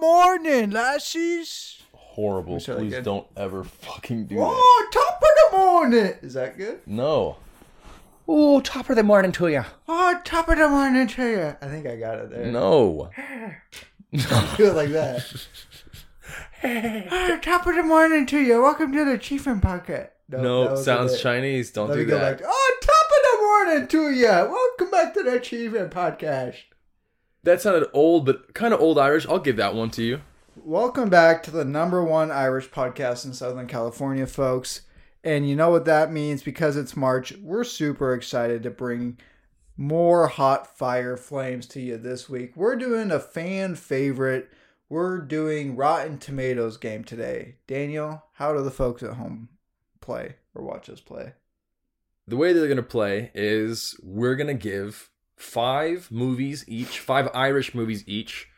morning, lasses. Horrible. try that Please again. don't ever fucking do that. Oh, top of the morning. Is that good? No. Ooh, top of the morning to you. Oh, top of the morning to you. I think I got it there. No. Do it like that. oh, top of the morning to you. Welcome to the Chiefin Pocket. that No, wasn't sounds it. Chinese. Don't Let do me go back. that. To, oh, top of the morning to you. Welcome back to the Chiefin Podcast. That sounded old, but kind of old Irish. I'll give that one to you. Welcome back to the number one Irish podcast in Southern California, folks. And you know what that means because it's March. We're super excited to bring more hot fire flames to you this week. We're doing a fan favorite. We're doing Rotten Tomatoes game today. Daniel, how do the folks at home play or watch us play? The way they're gonna play is we're gonna give five movies each, five Irish movies each,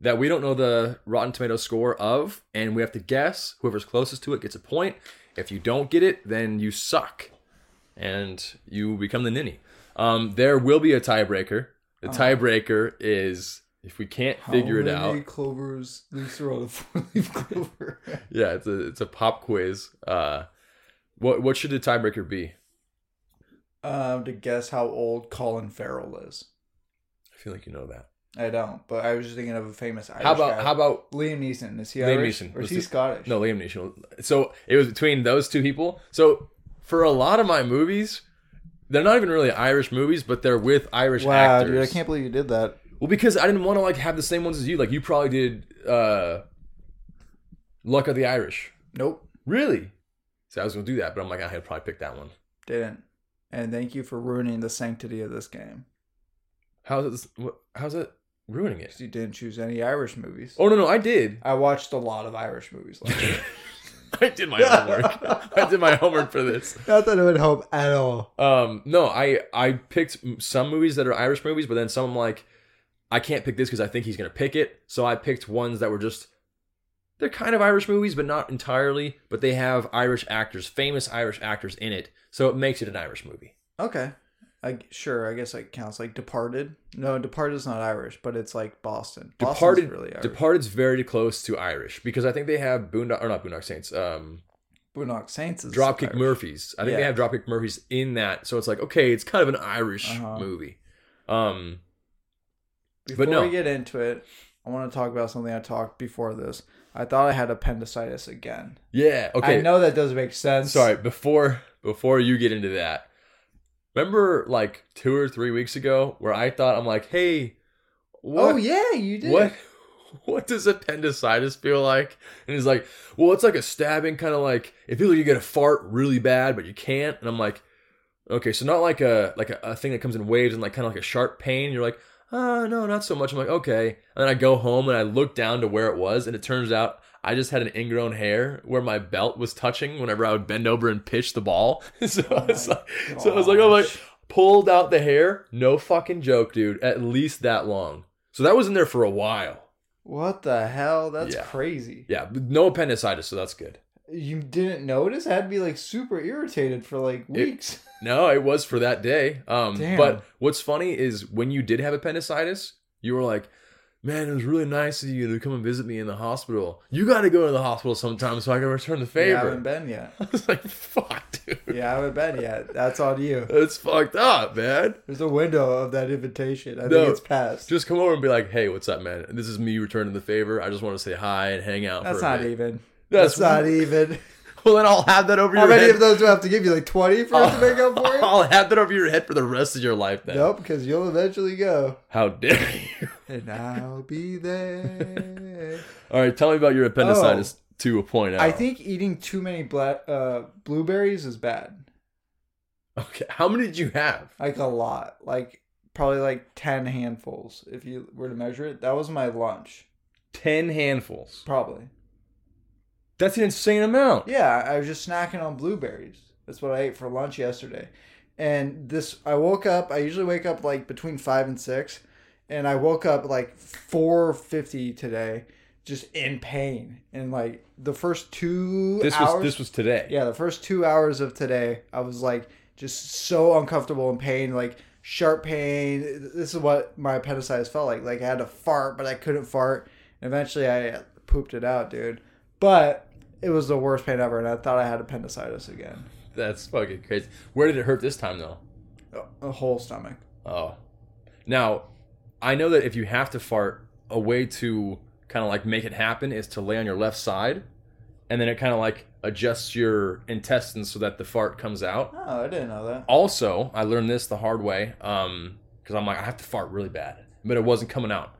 that we don't know the Rotten Tomato score of, and we have to guess. Whoever's closest to it gets a point. If you don't get it, then you suck, and you become the ninny. Um, there will be a tiebreaker. The tiebreaker is if we can't figure it Oh. How out. many Clovers, leaves are on the four-leaf clover. Yeah, it's a it's a pop quiz. Uh, what what should the tiebreaker be? um, to guess how old Colin Farrell is. I feel like you know that. I don't, but I was just thinking of a famous Irish How about guy. how about Liam Neeson? Is he Liam Irish Neeson or is was he the- Scottish? No, Liam Neeson. So it was between those two people. So for a lot of my movies, they're not even really Irish movies, but they're with Irish Wow, actors. dude! I can't believe you did that. Well, because I didn't want to like have the same ones as you. Like you probably did uh Luck of the Irish. Nope, Really? So I was gonna do that, but I'm like, I had probably pick that one. didn't. And thank you for ruining the sanctity of this game. How's it what, how's it ruining it? 'Cause You didn't choose any Irish movies. Oh no no, I did. I watched a lot of Irish movies. Last year. I did my homework. I did my homework for this. Not that it would help at all. Um, no, I I picked m- some movies that are Irish movies, but then some I'm like, I can't pick this because I think he's gonna pick it. So I picked ones that were just they're kind of Irish movies, but not entirely. But they have Irish actors, famous Irish actors in it, so it makes it an Irish movie. Okay, I, sure. I guess that counts. Like Departed. No, Departed's not Irish, but it's like Boston. Boston's Departed, really Irish. Departed's very close to Irish because I think they have Boondock or not Boondock Saints, um, Boondock Saints is Dropkick Irish. Murphys. I think they Yeah. have Dropkick Murphys in that, so it's like okay, it's kind of an Irish Uh-huh. movie. Um, Before no. we get into it, I want to talk about something I talked before this. I thought I had appendicitis again. yeah, okay. I know that doesn't make sense. sorry before before you get into that remember like two or three weeks ago where i thought i'm like hey what Oh yeah, you did. what what does appendicitis feel like and he's like well it's like a stabbing kind of like it feels like you get a fart really bad but you can't and i'm like okay so not like a like a, a thing that comes in waves and like kind of like a sharp pain you're like uh no not so much i'm like okay and then i go home and i look down to where it was and it turns out i just had an ingrown hair where my belt was touching whenever i would bend over and pitch the ball so, I was like, so i was like oh my Gosh. pulled out the hair no fucking joke dude at least that long so that was in there for a while What the hell? That's Yeah. crazy. yeah, but no appendicitis, so that's good. You didn't notice? I had to be like super irritated for like weeks. No, it was for that day. Um, Damn. but what's funny is when you did have appendicitis, you were like, "Man, it was really nice of you to come and visit me in the hospital. You got to go to the hospital sometime so I can return the Yeah, I favor." haven't been yet. I was like, "Fuck, dude, Yeah, I haven't been yet. That's on you. that's fucked up, man." There's a window of that invitation. I No. think it's past. Just come over and be like, "Hey, what's up, man? This is me returning the favor. I just want to say hi and hang out." That's for a not bit." even. That's- That's, not even. Well, then I'll have that over How your many head. of those do I have to give you? Like twenty for us to make up for it? I'll have that over your head for the rest of your life. Then, Nope, because you'll eventually go. how dare you? And I'll be there. All right, tell me about your appendicitis to a point out. Oh. I think eating too many bla- uh, blueberries is bad. Okay, how many did you have? like a lot like probably like 10 handfuls if you were to measure it that was my lunch Ten handfuls. probably That's an insane amount. yeah i was just snacking on blueberries that's what i ate for lunch yesterday and this i woke up i usually wake up like between 5 and 6 and i woke up like 4.50 today just in pain and like the first two This hours was this was today. yeah the first two hours of today i was like just so uncomfortable in pain like sharp pain this is what my appendicitis felt like like i had to fart but i couldn't fart And eventually I pooped it out, dude. But it was the worst pain ever, and I thought I had appendicitis again. That's fucking crazy. Where did it hurt this time though? A whole stomach. Oh. Now, I know that if you have to fart, a way to kind of like make it happen is to lay on your left side and then it kind of like adjusts your intestines so that the fart comes out. Oh, I didn't know that. Also, I learned this the hard way um cuz I'm like I have to fart really bad, but it wasn't coming out.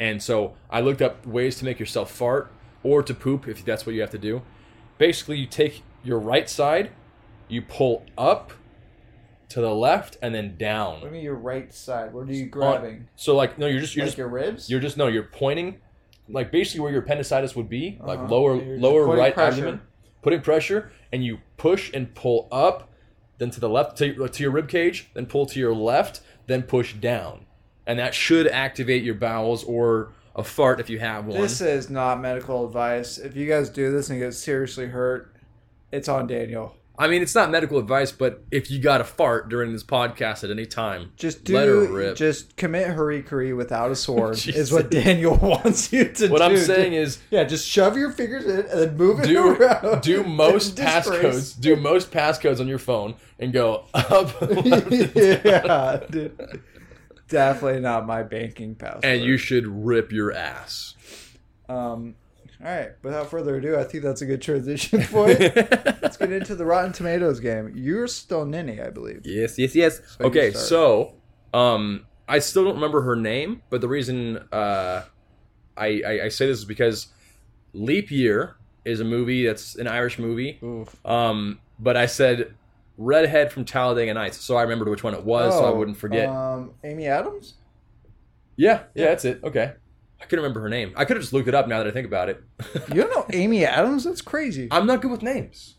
And so I looked up ways to make yourself fart or to poop if that's what you have to do. Basically, you take your right side, you pull up to the left and then What do you down. mean your right side? What are you grabbing? So like no, you're just you're like just your ribs? you're just no, you're pointing like basically where your appendicitis would be, like Uh-huh. lower You're just lower putting right pressure. abdomen, putting pressure, and you push and pull up, then to the left to, to your rib cage, then pull to your left, then push down, and that should activate your bowels or a fart if you have one. This is not medical advice. If you guys do this and get seriously hurt, it's on Daniel. I mean, it's not medical advice, but if you got a fart during this podcast at any time, Just let her do, rip. just commit harikiri without a sword is what Daniel wants you to do. what I'm saying Ju- is yeah, just shove your fingers in and then move it do around. do most And disperse. passcodes do most passcodes on your phone and go up left, yeah, dude. definitely not my banking password. and you should rip your ass um, all right. Without further ado, I think that's a good transition point. Let's get into the Rotten Tomatoes game. You're still Ninny, I believe. yes yes yes you okay start. so um i still don't remember her name but the reason uh I, I i say this is because leap year is a movie that's an irish movie um but i said redhead from talladega nights so i remembered which one it was so i Oh, wouldn't forget Um, Amy Adams. yeah, yeah that's it okay i couldn't remember her name i could have just looked it up now that i think about it You don't know Amy Adams? That's crazy. i'm not good with names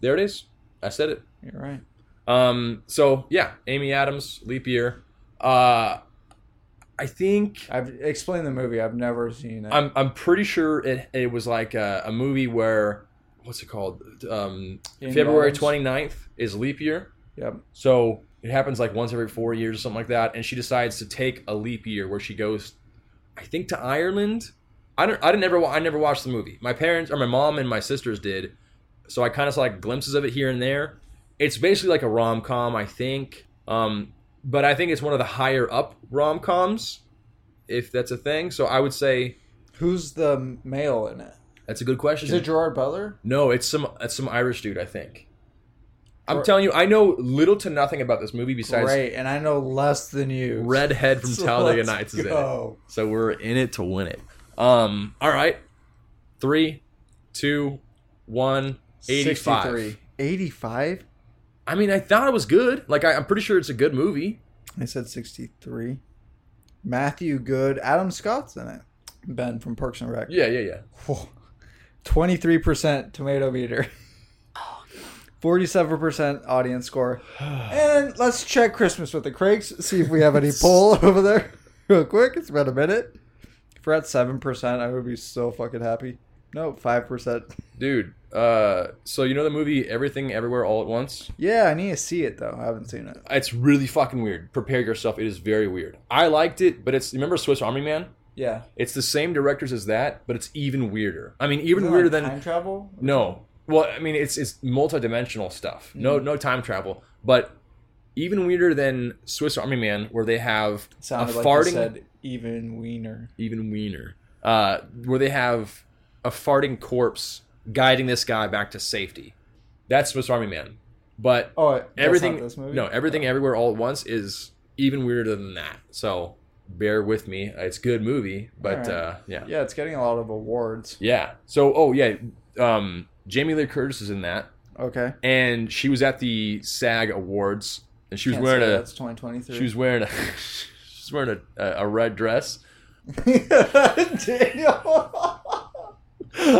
there it is i said it You're right. Um, so yeah, Amy Adams, leap year. Uh, I think I've explained the movie. I've never seen it. I'm I'm pretty sure it it was like a, a movie where what's it called? Um, Amy February Adams? 29th is leap year. Yep. So it happens like once every four years or something like that, and she decides to take a leap year where she goes, I think to Ireland. I don't. I didn't ever. wa- I never watched the movie. My parents or my mom and my sisters did, so I kind of saw like glimpses of it here and there. It's basically like a rom com, I think. Um, but I think it's one of the higher up rom coms, if that's a thing. So I would say Who's the male in it? that's a good Is question. it Gerard Butler? No, it's some it's some Irish dude, I think. I'm Or- telling you, I know little to nothing about this movie besides Great, and I know less than you. Redhead from So Talladega let's Nights is in it. go. So we're in it to win it. Um, all right. Three, two, one, 85. 63. 85? I mean, I thought it was good. Like, I, I'm pretty sure it's a good movie. I said 63. Matthew Good. Adam Scott's in it. Ben from Parks and Rec. Yeah, yeah, yeah. Whoa. 23% tomato meter. 47% audience score. And let's check Christmas with the Craigs, see if we have any poll over there real quick. It's been a minute. If we're at 7%, I would be so fucking happy. No, 5%. Dude, uh, so you know the movie Everything Everywhere All at Once? Yeah, I need to see it though. I haven't seen it. It's really fucking weird. Prepare yourself. It is very weird. I liked it, but it's. Remember Swiss Army Man? Yeah. It's the same directors as that, but it's even weirder. I mean, even weirder than. time travel? No. Well, I mean, it's it's multi-dimensional stuff. No, Mm-hmm. no time travel, but even weirder than Swiss Army Man, where they have Sounded a like farting you said even wiener. even weiner, uh, where they have a farting corpse guiding this guy back to safety. That's Swiss Army Man, but Oh, that's everything not this movie? Oh. no everything everywhere all at once is even weirder than that. So bear with me. It's a good movie, but Alright. uh, yeah, Yeah, it's getting a lot of awards. yeah. So oh yeah, um, Jamie Lee Curtis is in that Okay. and she was at the SAG Awards, and she was Can't wearing say a that's 2023. she was wearing a she was wearing a, a, a red dress. Daniel.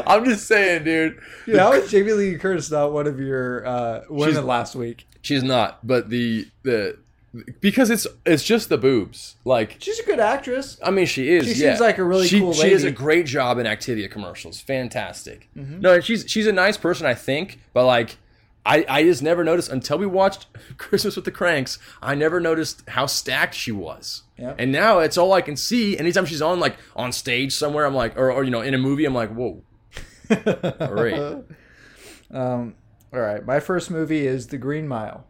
I'm just saying, dude. Dude, how is Jamie Lee Curtis not one of your uh, women She's- last week? She's not, but the the because it's it's just the boobs. Like She's a good actress. I mean, she is. She yeah. seems like a really she, cool She has a lady. Mm-hmm. great job in Activia commercials. Fantastic. No, and she's she's a nice person, I think, but like I, I just never noticed until we watched Christmas with the Cranks. I never noticed how stacked she was. Yep. And now it's all I can see. Anytime she's on like on stage somewhere, I'm like, or, or you know, in a movie, I'm like, whoa. all right. Um, All right, my first movie is The Green Mile.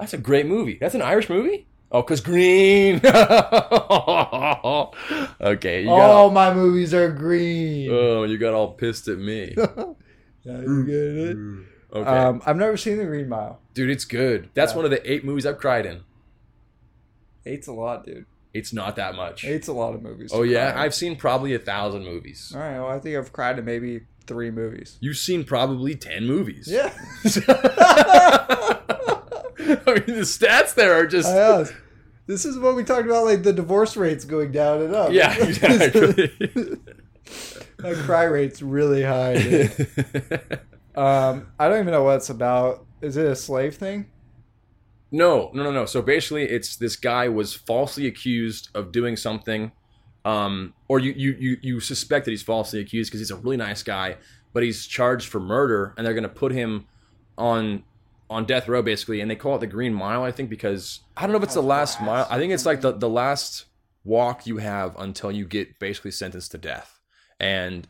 That's a great movie. That's an Irish movie. Oh, cause green. okay, you got All all, my movies are green. oh, you got all pissed at me. Okay, Yeah, you get it? Um, I've never seen The Green Mile. dude, it's good. That's yeah. one of the eight movies I've cried in. Eight's a lot, dude. It's not that much. Eight's a lot of movies. Oh to yeah, cry in. I've seen probably a thousand movies. All right, well, I think I've cried in maybe three movies. You've seen probably ten movies. Yeah. I mean, the stats there are just I asked. This is what we talked about, like the divorce rates going down and up. yeah, exactly. My cry rate's really high. dude. um, I don't even know what it's about. Is it a slave thing? No, no, no, no. So basically, it's this guy was falsely accused of doing something, um, or you you you you suspect that he's falsely accused because he's a really nice guy, but he's charged for murder, and they're going to put him on on death row basically, and they call it the Green Mile, I think, because I don't know if it's the last mile. I think it's like the the last walk you have until you get basically sentenced to death, and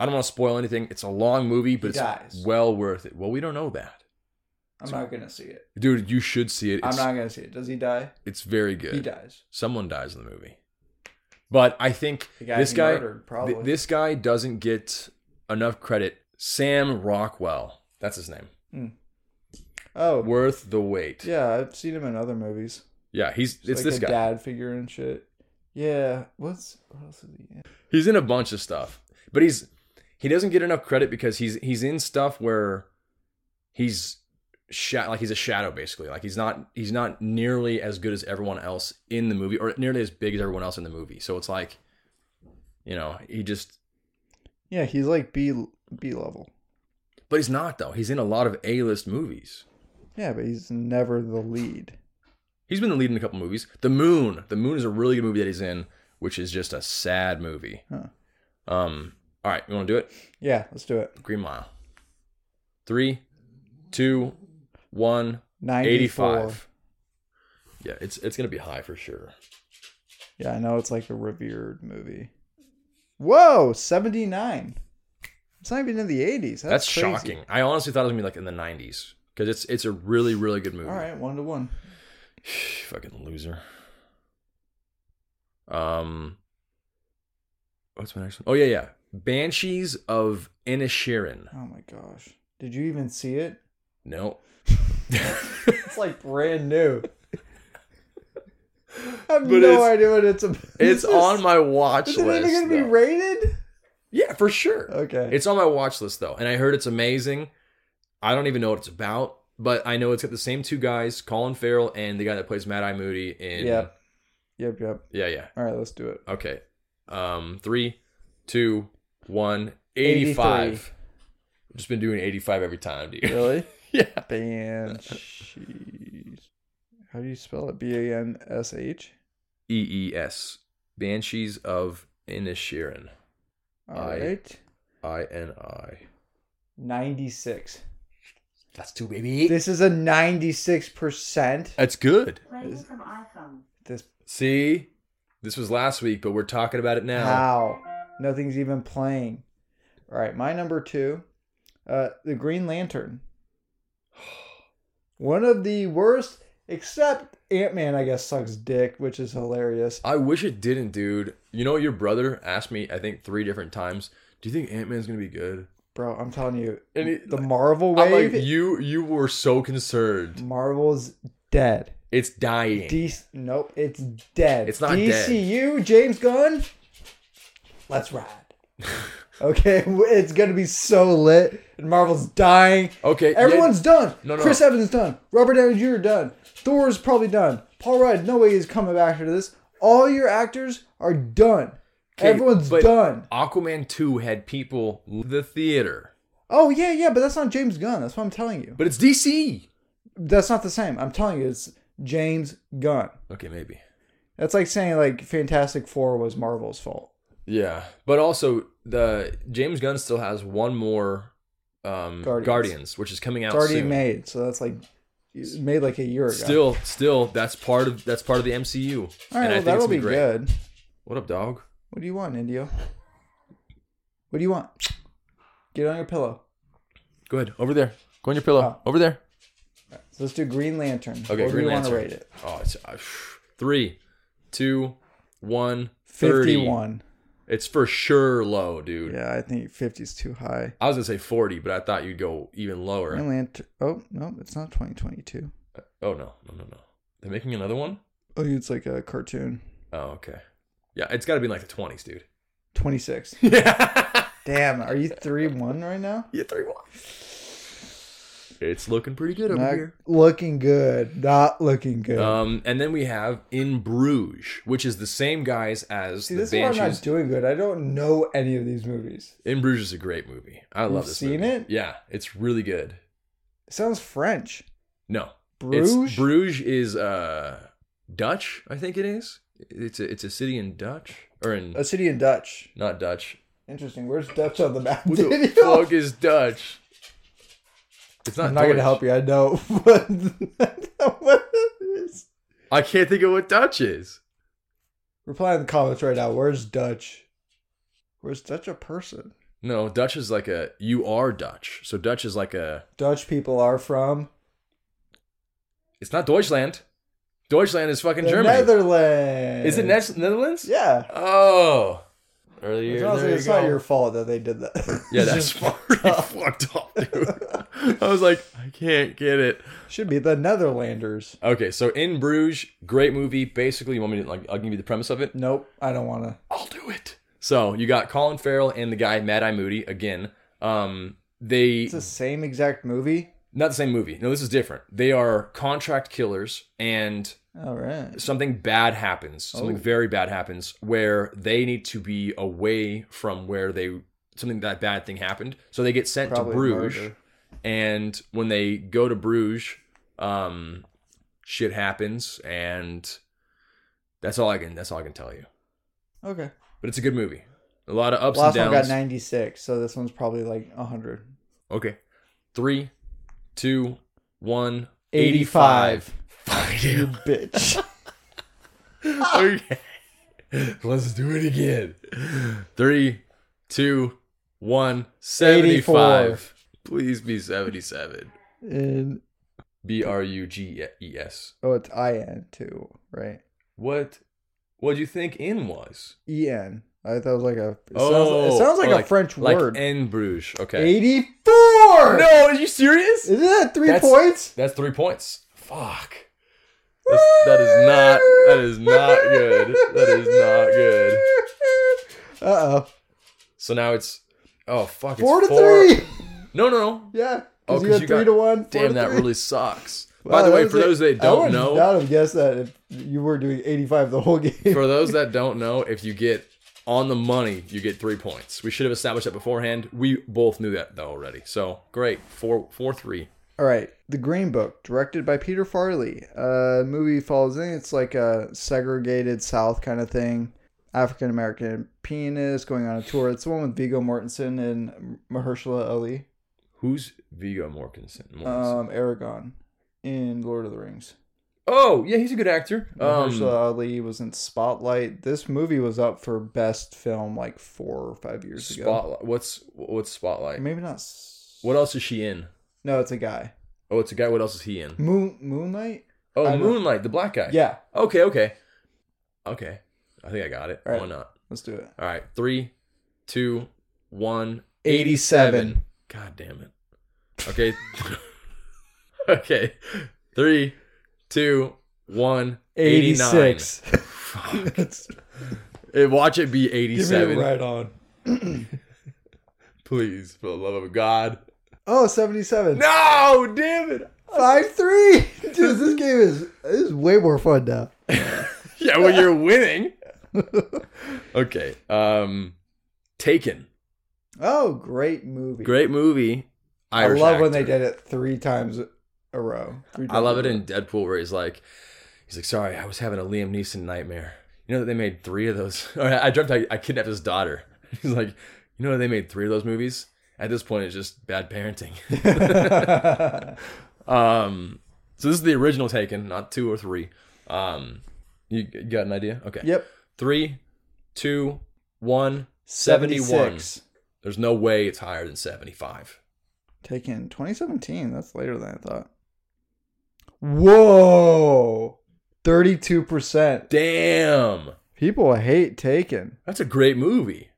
I don't want to spoil anything. It's a long movie, but it's dies. well worth it. Well, we don't know that. I'm not gonna see it. Dude, you should see it. It's, I'm not gonna see it. Does he die? it's very good He dies. someone dies in the movie. But I think The guy this he guy, murdered, probably. th- this guy doesn't get enough credit. Sam Rockwell, that's his name. Oh, Worth the wait. Yeah, yeah. I've seen him in other movies. he's He's it's like this a guy. dad figure and shit. Yeah. What's what else is he in? He's in a bunch of stuff, but he's he doesn't get enough credit because he's he's in stuff where he's sha- like he's a shadow basically. Like he's not he's not nearly as good as everyone else in the movie, or nearly as big as everyone else in the movie. So it's like, you know, he just Yeah, he's like B B level. But he's not though. He's in a lot of A-list movies. Yeah, but he's never the lead. He's been the lead in a couple movies. The Moon. The Moon is a really good movie that he's in, which is just a sad movie. Huh. Um. All right, you want to do it? Yeah, let's do it. Green Mile. Three, two, one, 94. eighty-five. Yeah, it's it's gonna be high for sure. Yeah, I know it's like a revered movie. Whoa, 79. It's not even in the 80s. That's, That's, crazy. shocking. I honestly thought it was gonna be like in the nineties because it's it's a really really good movie. All right, one to one. Fucking loser. Um, what's my next one? Oh yeah, yeah. Banshees of Inisherin. Oh my gosh. Did you even see it? No, It's like brand new. I have But no it's- idea what it's about. it's on my watch Is it list. even going to be though. rated? yeah, for sure. Okay. It's on my watch list though, and I heard it's amazing. I don't even know what it's about, but I know it's got the same two guys, Colin Farrell and the guy that plays Mad Eye Moody. In Yeah. Yep, yep. yeah, yeah. All right, let's do it. Okay. Um, three, two, one. 85. I've just been doing 85 every time, dude. Really? yeah. Banshees. How do you spell it? B A N S H? E E S. Banshees of Inisherin. All I- right. I N I. 96. That's two, baby. This is a 96%. That's good. Playing from iPhone. This See, this was last week, but we're talking about it now. how nothing's even playing. All right, my number 2, uh The Green Lantern. One of the worst except Ant-Man I guess sucks dick, which is hilarious. I wish it didn't, dude. You know, your brother asked me, I think, three different times, do you think Ant Man's going to be good? Bro, I'm telling you. And it- the Marvel I'm like, wave you you were so concerned. Marvel's dead. It's dying. D- nope, it's dead. It's not dead. DCU, James Gunn. Let's ride. okay, it's gonna be so lit. And Marvel's dying. okay. Oh, yeah, Everyone's done. No, no. Chris Evans done. Robert Downey Jr. done. Thor's probably done. Paul Rudd, no way he's coming back after this. All your actors are done. Okay, Everyone's but- done. Aquaman 2 had people leave the theater, Oh yeah, yeah, but that's not James Gunn. That's what I'm telling you. but it's DC. That's not the same. I'm telling you, it's James Gunn. Okay, maybe. That's like saying like Fantastic Four was Marvel's fault. Yeah, but also the James Gunn still has one more um, Guardians. Guardians. which is coming out It's already soon. made, so that's like it's made like a year ago. Still, still, that's part of that's part of the MCU. all right. Well, that'll gonna be good. What up, dog? What do you want, Indio? What do you want? Get on your pillow. Go ahead, over there. Go on your pillow, over there. So let's do Green Lantern. Okay, What do Green you Lantern. want to rate it? Oh, it's uh, phew. three, two, one, 30. Fifty-one. It's for sure low, dude. Yeah, I think 50 is too high. I was gonna say forty, but I thought you'd go even lower. Green Lantern. Oh no, it's not 2022. Oh no, no, no, no. They're making another one. Oh, it's like a cartoon. Oh, okay. Yeah, it's got to be in like the twenties, dude. 26. Yeah. Damn, are you three one right now? yeah, three one. It's looking pretty good over Not here. looking good. Not looking good. Um, and then we have In Bruges, which is the same guys as See, the this is why I'm Banshees. not doing good. I don't know any of these movies. in Bruges is a great movie. I love You've this. seen movie. it? Yeah, it's really good. It sounds French. No, Bruges. It's, Bruges is uh Dutch, I think it is. It's a it's a city in Dutch or in a city in Dutch. not Dutch. Interesting. Where's Dutch on the map? What the Daniel? fuck is Dutch? It's not. I'm not gonna Deutsch. help you. I know what, what it is. I can't think of what Dutch is. Reply in the comments right now. Where's Dutch? Where's Dutch a person? No, Dutch is like a you are Dutch. So Dutch is like a Dutch people are from it's not Deutschland. Deutschland is fucking the Germany. Netherlands. Is it Nes- Netherlands? Yeah. Oh. Earlier. It's, honestly, there you it's not go. your fault that they did that. yeah, that's pretty fucked up, dude. I was like, I can't get it. should be the Netherlanders. Okay, so in Bruges, great movie. Basically, you want me to like? I'll give you the premise of it. Nope, I don't want to. I'll do it. So you got Colin Farrell and the guy Mad Eye Moody again. Um, they It's the same exact movie. not the same movie. No, this is different. They are contract killers, and All right. something bad happens. Something Oh. very bad happens where they need to be away from where they something that bad thing happened. So they get sent Probably to Bruges, murder. and when they go to Bruges, um, shit happens, and that's all I can. That's all I can tell you. Okay. But it's a good movie. A lot of ups Last and one downs. got 96, so this one's probably like 100. Okay. Three, two, one. 85. Fuck You you. bitch. okay. Let's do it again. Three, two, one. 75. Please be 77. and B R U G E S. oh, it's IN too, right? What? What'd you think in was? EN. E I thought it was like a. It sounds, Oh, it sounds like, oh, a French like word. in Bruges. Okay. 84! No, are you serious? Isn't that three That's- points? That's three points. Fuck. That's, that is not. That is not good. That is not good. Uh oh. So now it's. Oh fuck! It's Four to three! No, no, no. Yeah. Oh, Because you got three 'cause you got- to one. four to Damn, that three. really sucks. Wow, By the that way, was for it. those that I would don't know, not have guessed that if you were doing 85 the whole game. for those that don't know, if you get on the money, you get three points. We should have established that beforehand. We both knew that though already. So great, four, four, three. All right, The Green Book, directed by Peter Farley. Uh, movie follows in. It's like a segregated South kind of thing. African American pianist going on a tour. It's the one with Vigo Mortensen and Mahershala Ali, Who's Vigo Mortensen? Mortensen. um, Aragon in Lord of the Rings. oh yeah, he's a good actor. Mahershala Um, Ali was in Spotlight. This movie was up for best film like four or five years ago. spotlight. What's what's spotlight? Maybe not. s- What else is she in? No, it's a guy. Oh, it's a guy. What else is he in? Moon Moonlight. I Oh, don't- Moonlight, the black guy. Yeah, Okay, okay. Okay. I think I got it. All right. Why not? let's do it. All right. Three, two, one. 87. God damn it. Okay. okay. Three, two, one. 89. 86. Hey, watch it be Give me it 87. right on. Please, for the love of God. Oh, 77. No, damn it. 5 3. Dude, this game is, this is way more fun now. Yeah, well, you're winning. okay. Um, Taken. Oh, great movie. Great movie. I Irish love when they actor. did it three times a row. Three I love it times a row. in Deadpool where he's like, he's like, sorry, I was having a Liam Neeson nightmare. You know that they made three of those. Or I dreamt I, I kidnapped his daughter. He's like, you know that they made three of those movies, at this point it's just bad parenting. yeah, um, so this is the original Taken, not two or three. Um, you you got an idea? Okay. Yep. Three, two, one. 71. 76. There's no way it's higher than 75. Taken 2017. That's later than I thought. Whoa, 32 percent. Damn. People hate Taken. That's a great movie.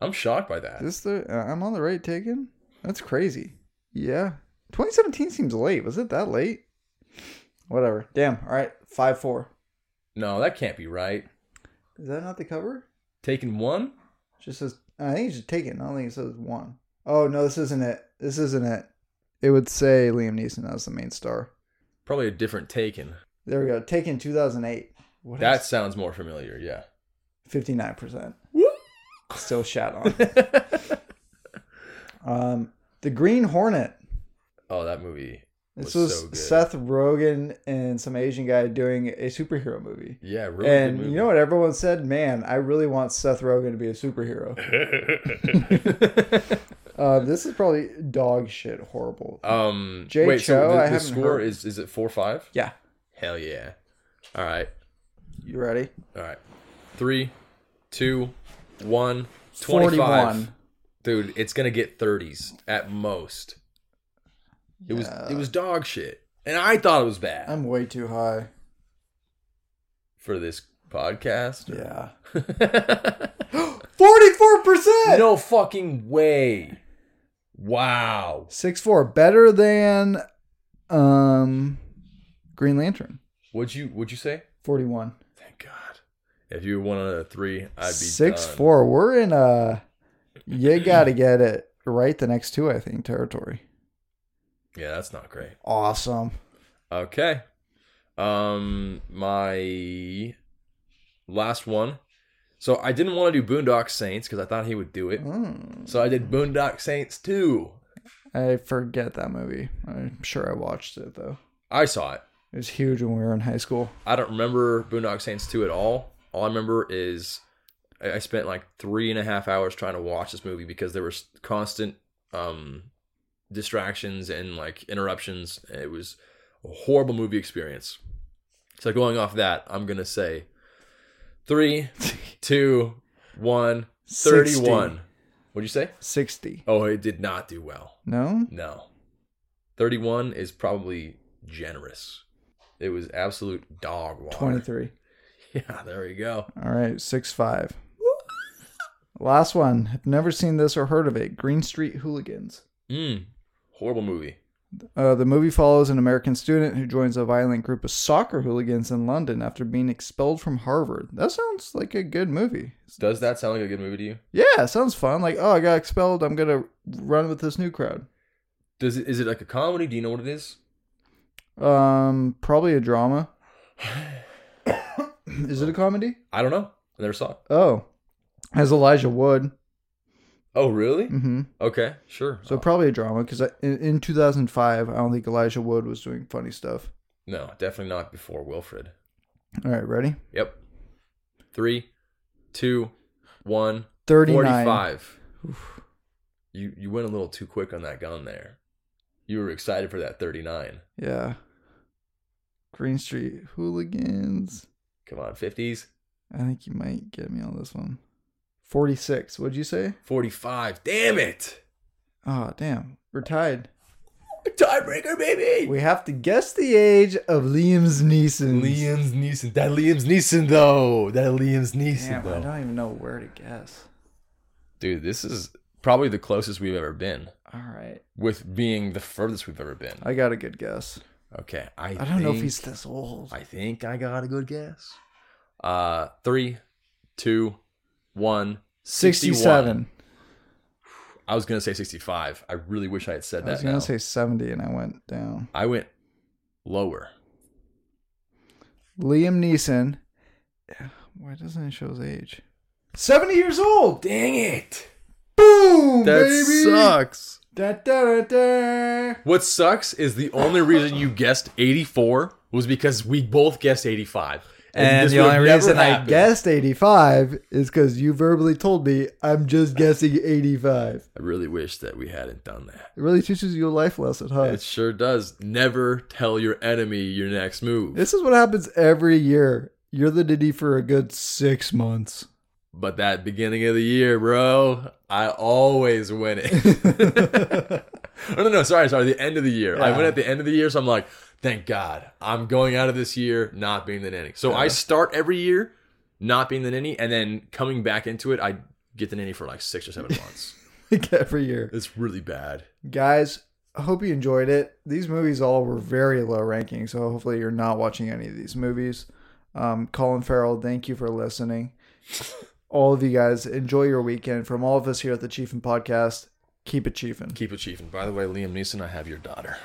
I'm shocked by that. Is this the uh, I'm on the right Taken? That's crazy. Yeah, 2017 seems late. Was it that late? Whatever. Damn. All right, five four. No, that can't be right. Is that not the cover? Taken one? It just says I think you should take it. I don't think it says one. Oh no, this isn't it. This isn't it. It would say Liam Neeson as the main star. Probably a different Taken. There we go. Taken 2008. What that sounds more familiar, yeah. 59 percent. Still shot on. um, the Green Hornet. oh, that movie. This Was was so good. Seth Rogen and some Asian guy doing a superhero movie. Yeah, really and good movie. you know what everyone said? Man, I really want Seth Rogen to be a superhero. Uh, this is probably dog shit horrible. um Jay wait, Chou, so the, I the haven't score heard. is is it four five? Yeah. Hell yeah. All right. You ready? All right. Three, two, one, 25. Dude, it's going to get 30s at most. It was it was dog shit. And I thought it was bad I'm way too high. for this podcast. Yeah. 44%! no fucking way. Wow. 6-4. Better than um Green Lantern. Would you would you say? 41. Thank God. If you were one of the three, I'd be 6 done. 4. We're in a you gotta get it right the next two, I think, territory. Yeah, that's not great. Awesome. Okay. Um my last one. So I didn't want to do Boondock Saints because I thought he would do it. Mm. So I did Boondock Saints too. I forget that movie. I'm sure I watched it though. I saw it. It was huge when we were in high school. I don't remember Boondock Saints 2 at all. All I remember is I I spent like three and a half hours trying to watch this movie because there was constant um, distractions and like interruptions. It was a horrible movie experience. So going off that, I'm gonna say three, two, one, 60. 31. What'd you say? 60. Oh, it did not do well. No? No. 31 is probably generous. It was absolute dog water. 23. Yeah, Ah, there we go. All right, six five. Last one. Have never seen this or heard of it. Green Street Hooligans. Mm. Horrible movie. Uh, the movie follows an American student who joins a violent group of soccer hooligans in London after being expelled from Harvard. That sounds like a good movie. Does that sound like a good movie to you? Yeah, it sounds fun. Like, oh, I got expelled. I'm gonna run with this new crowd. Does it, is it like a comedy? Do you know what it is? Um, probably a drama. Is it a comedy? I don't know. I never saw it. Oh, as Elijah Wood. Oh, really? hmm Okay, sure. So Uh, probably a drama because in, in 2005, I don't think Elijah Wood was doing funny stuff. no, definitely not before Wilfred. All right, ready? Yep. Three, two, one, 39. 45. You you went a little too quick on that gun there. You were excited for that 39. Yeah. Green Street Hooligans. Come on, 50s. I think you might get me on this one. 46. What'd you say? 45. Damn it. Oh, damn. We're tied. Tiebreaker, baby. We have to guess the age of Liam's Neeson. Liam's Neeson. That Liam's Neeson though. That Liam's Neeson Damn, I though. don't even know where to guess. Dude, this is probably the closest we've ever been, All right. with being the furthest we've ever been. I got a good guess. Okay, I. I don't know if think- he's this old. I think I got a good guess. Uh, three, two, one. 61. I was gonna say sixty-five. I really wish I had said I was that. going now. to say 70 and I went down. I went lower. Liam Neeson. Why doesn't it show his age? 70 years old. Dang it! Boom, That baby. sucks. Da, da, da, da. What sucks is the only reason you guessed 84 was because we both guessed 85. And And this the would only have never reason I happened. Guessed 85 is because you verbally told me I'm just guessing 85. I really wish that we hadn't done that. It really teaches you a life lesson, huh? It sure does. Never tell your enemy your next move. This is what happens every year. You're the Diddy for a good six months. but that beginning of the year, bro, I always win it. oh, no, no, sorry, sorry. The end of the year. I win at the end of the year, so I'm like, thank God, I'm going out of this year not being the nanny. So I start every year not being the nanny, and then coming back into it, I get the nanny for like six or seven months. Like every year. It's really bad. Guys, I hope you enjoyed it. These movies all were very low ranking, so hopefully you're not watching any of these movies. Um, Colin Farrell, thank you for listening. all of you guys, enjoy your weekend. From all of us here at the Chiefin Podcast, keep it chiefin'. Keep achieving. By the way, Liam Neeson, I have your daughter.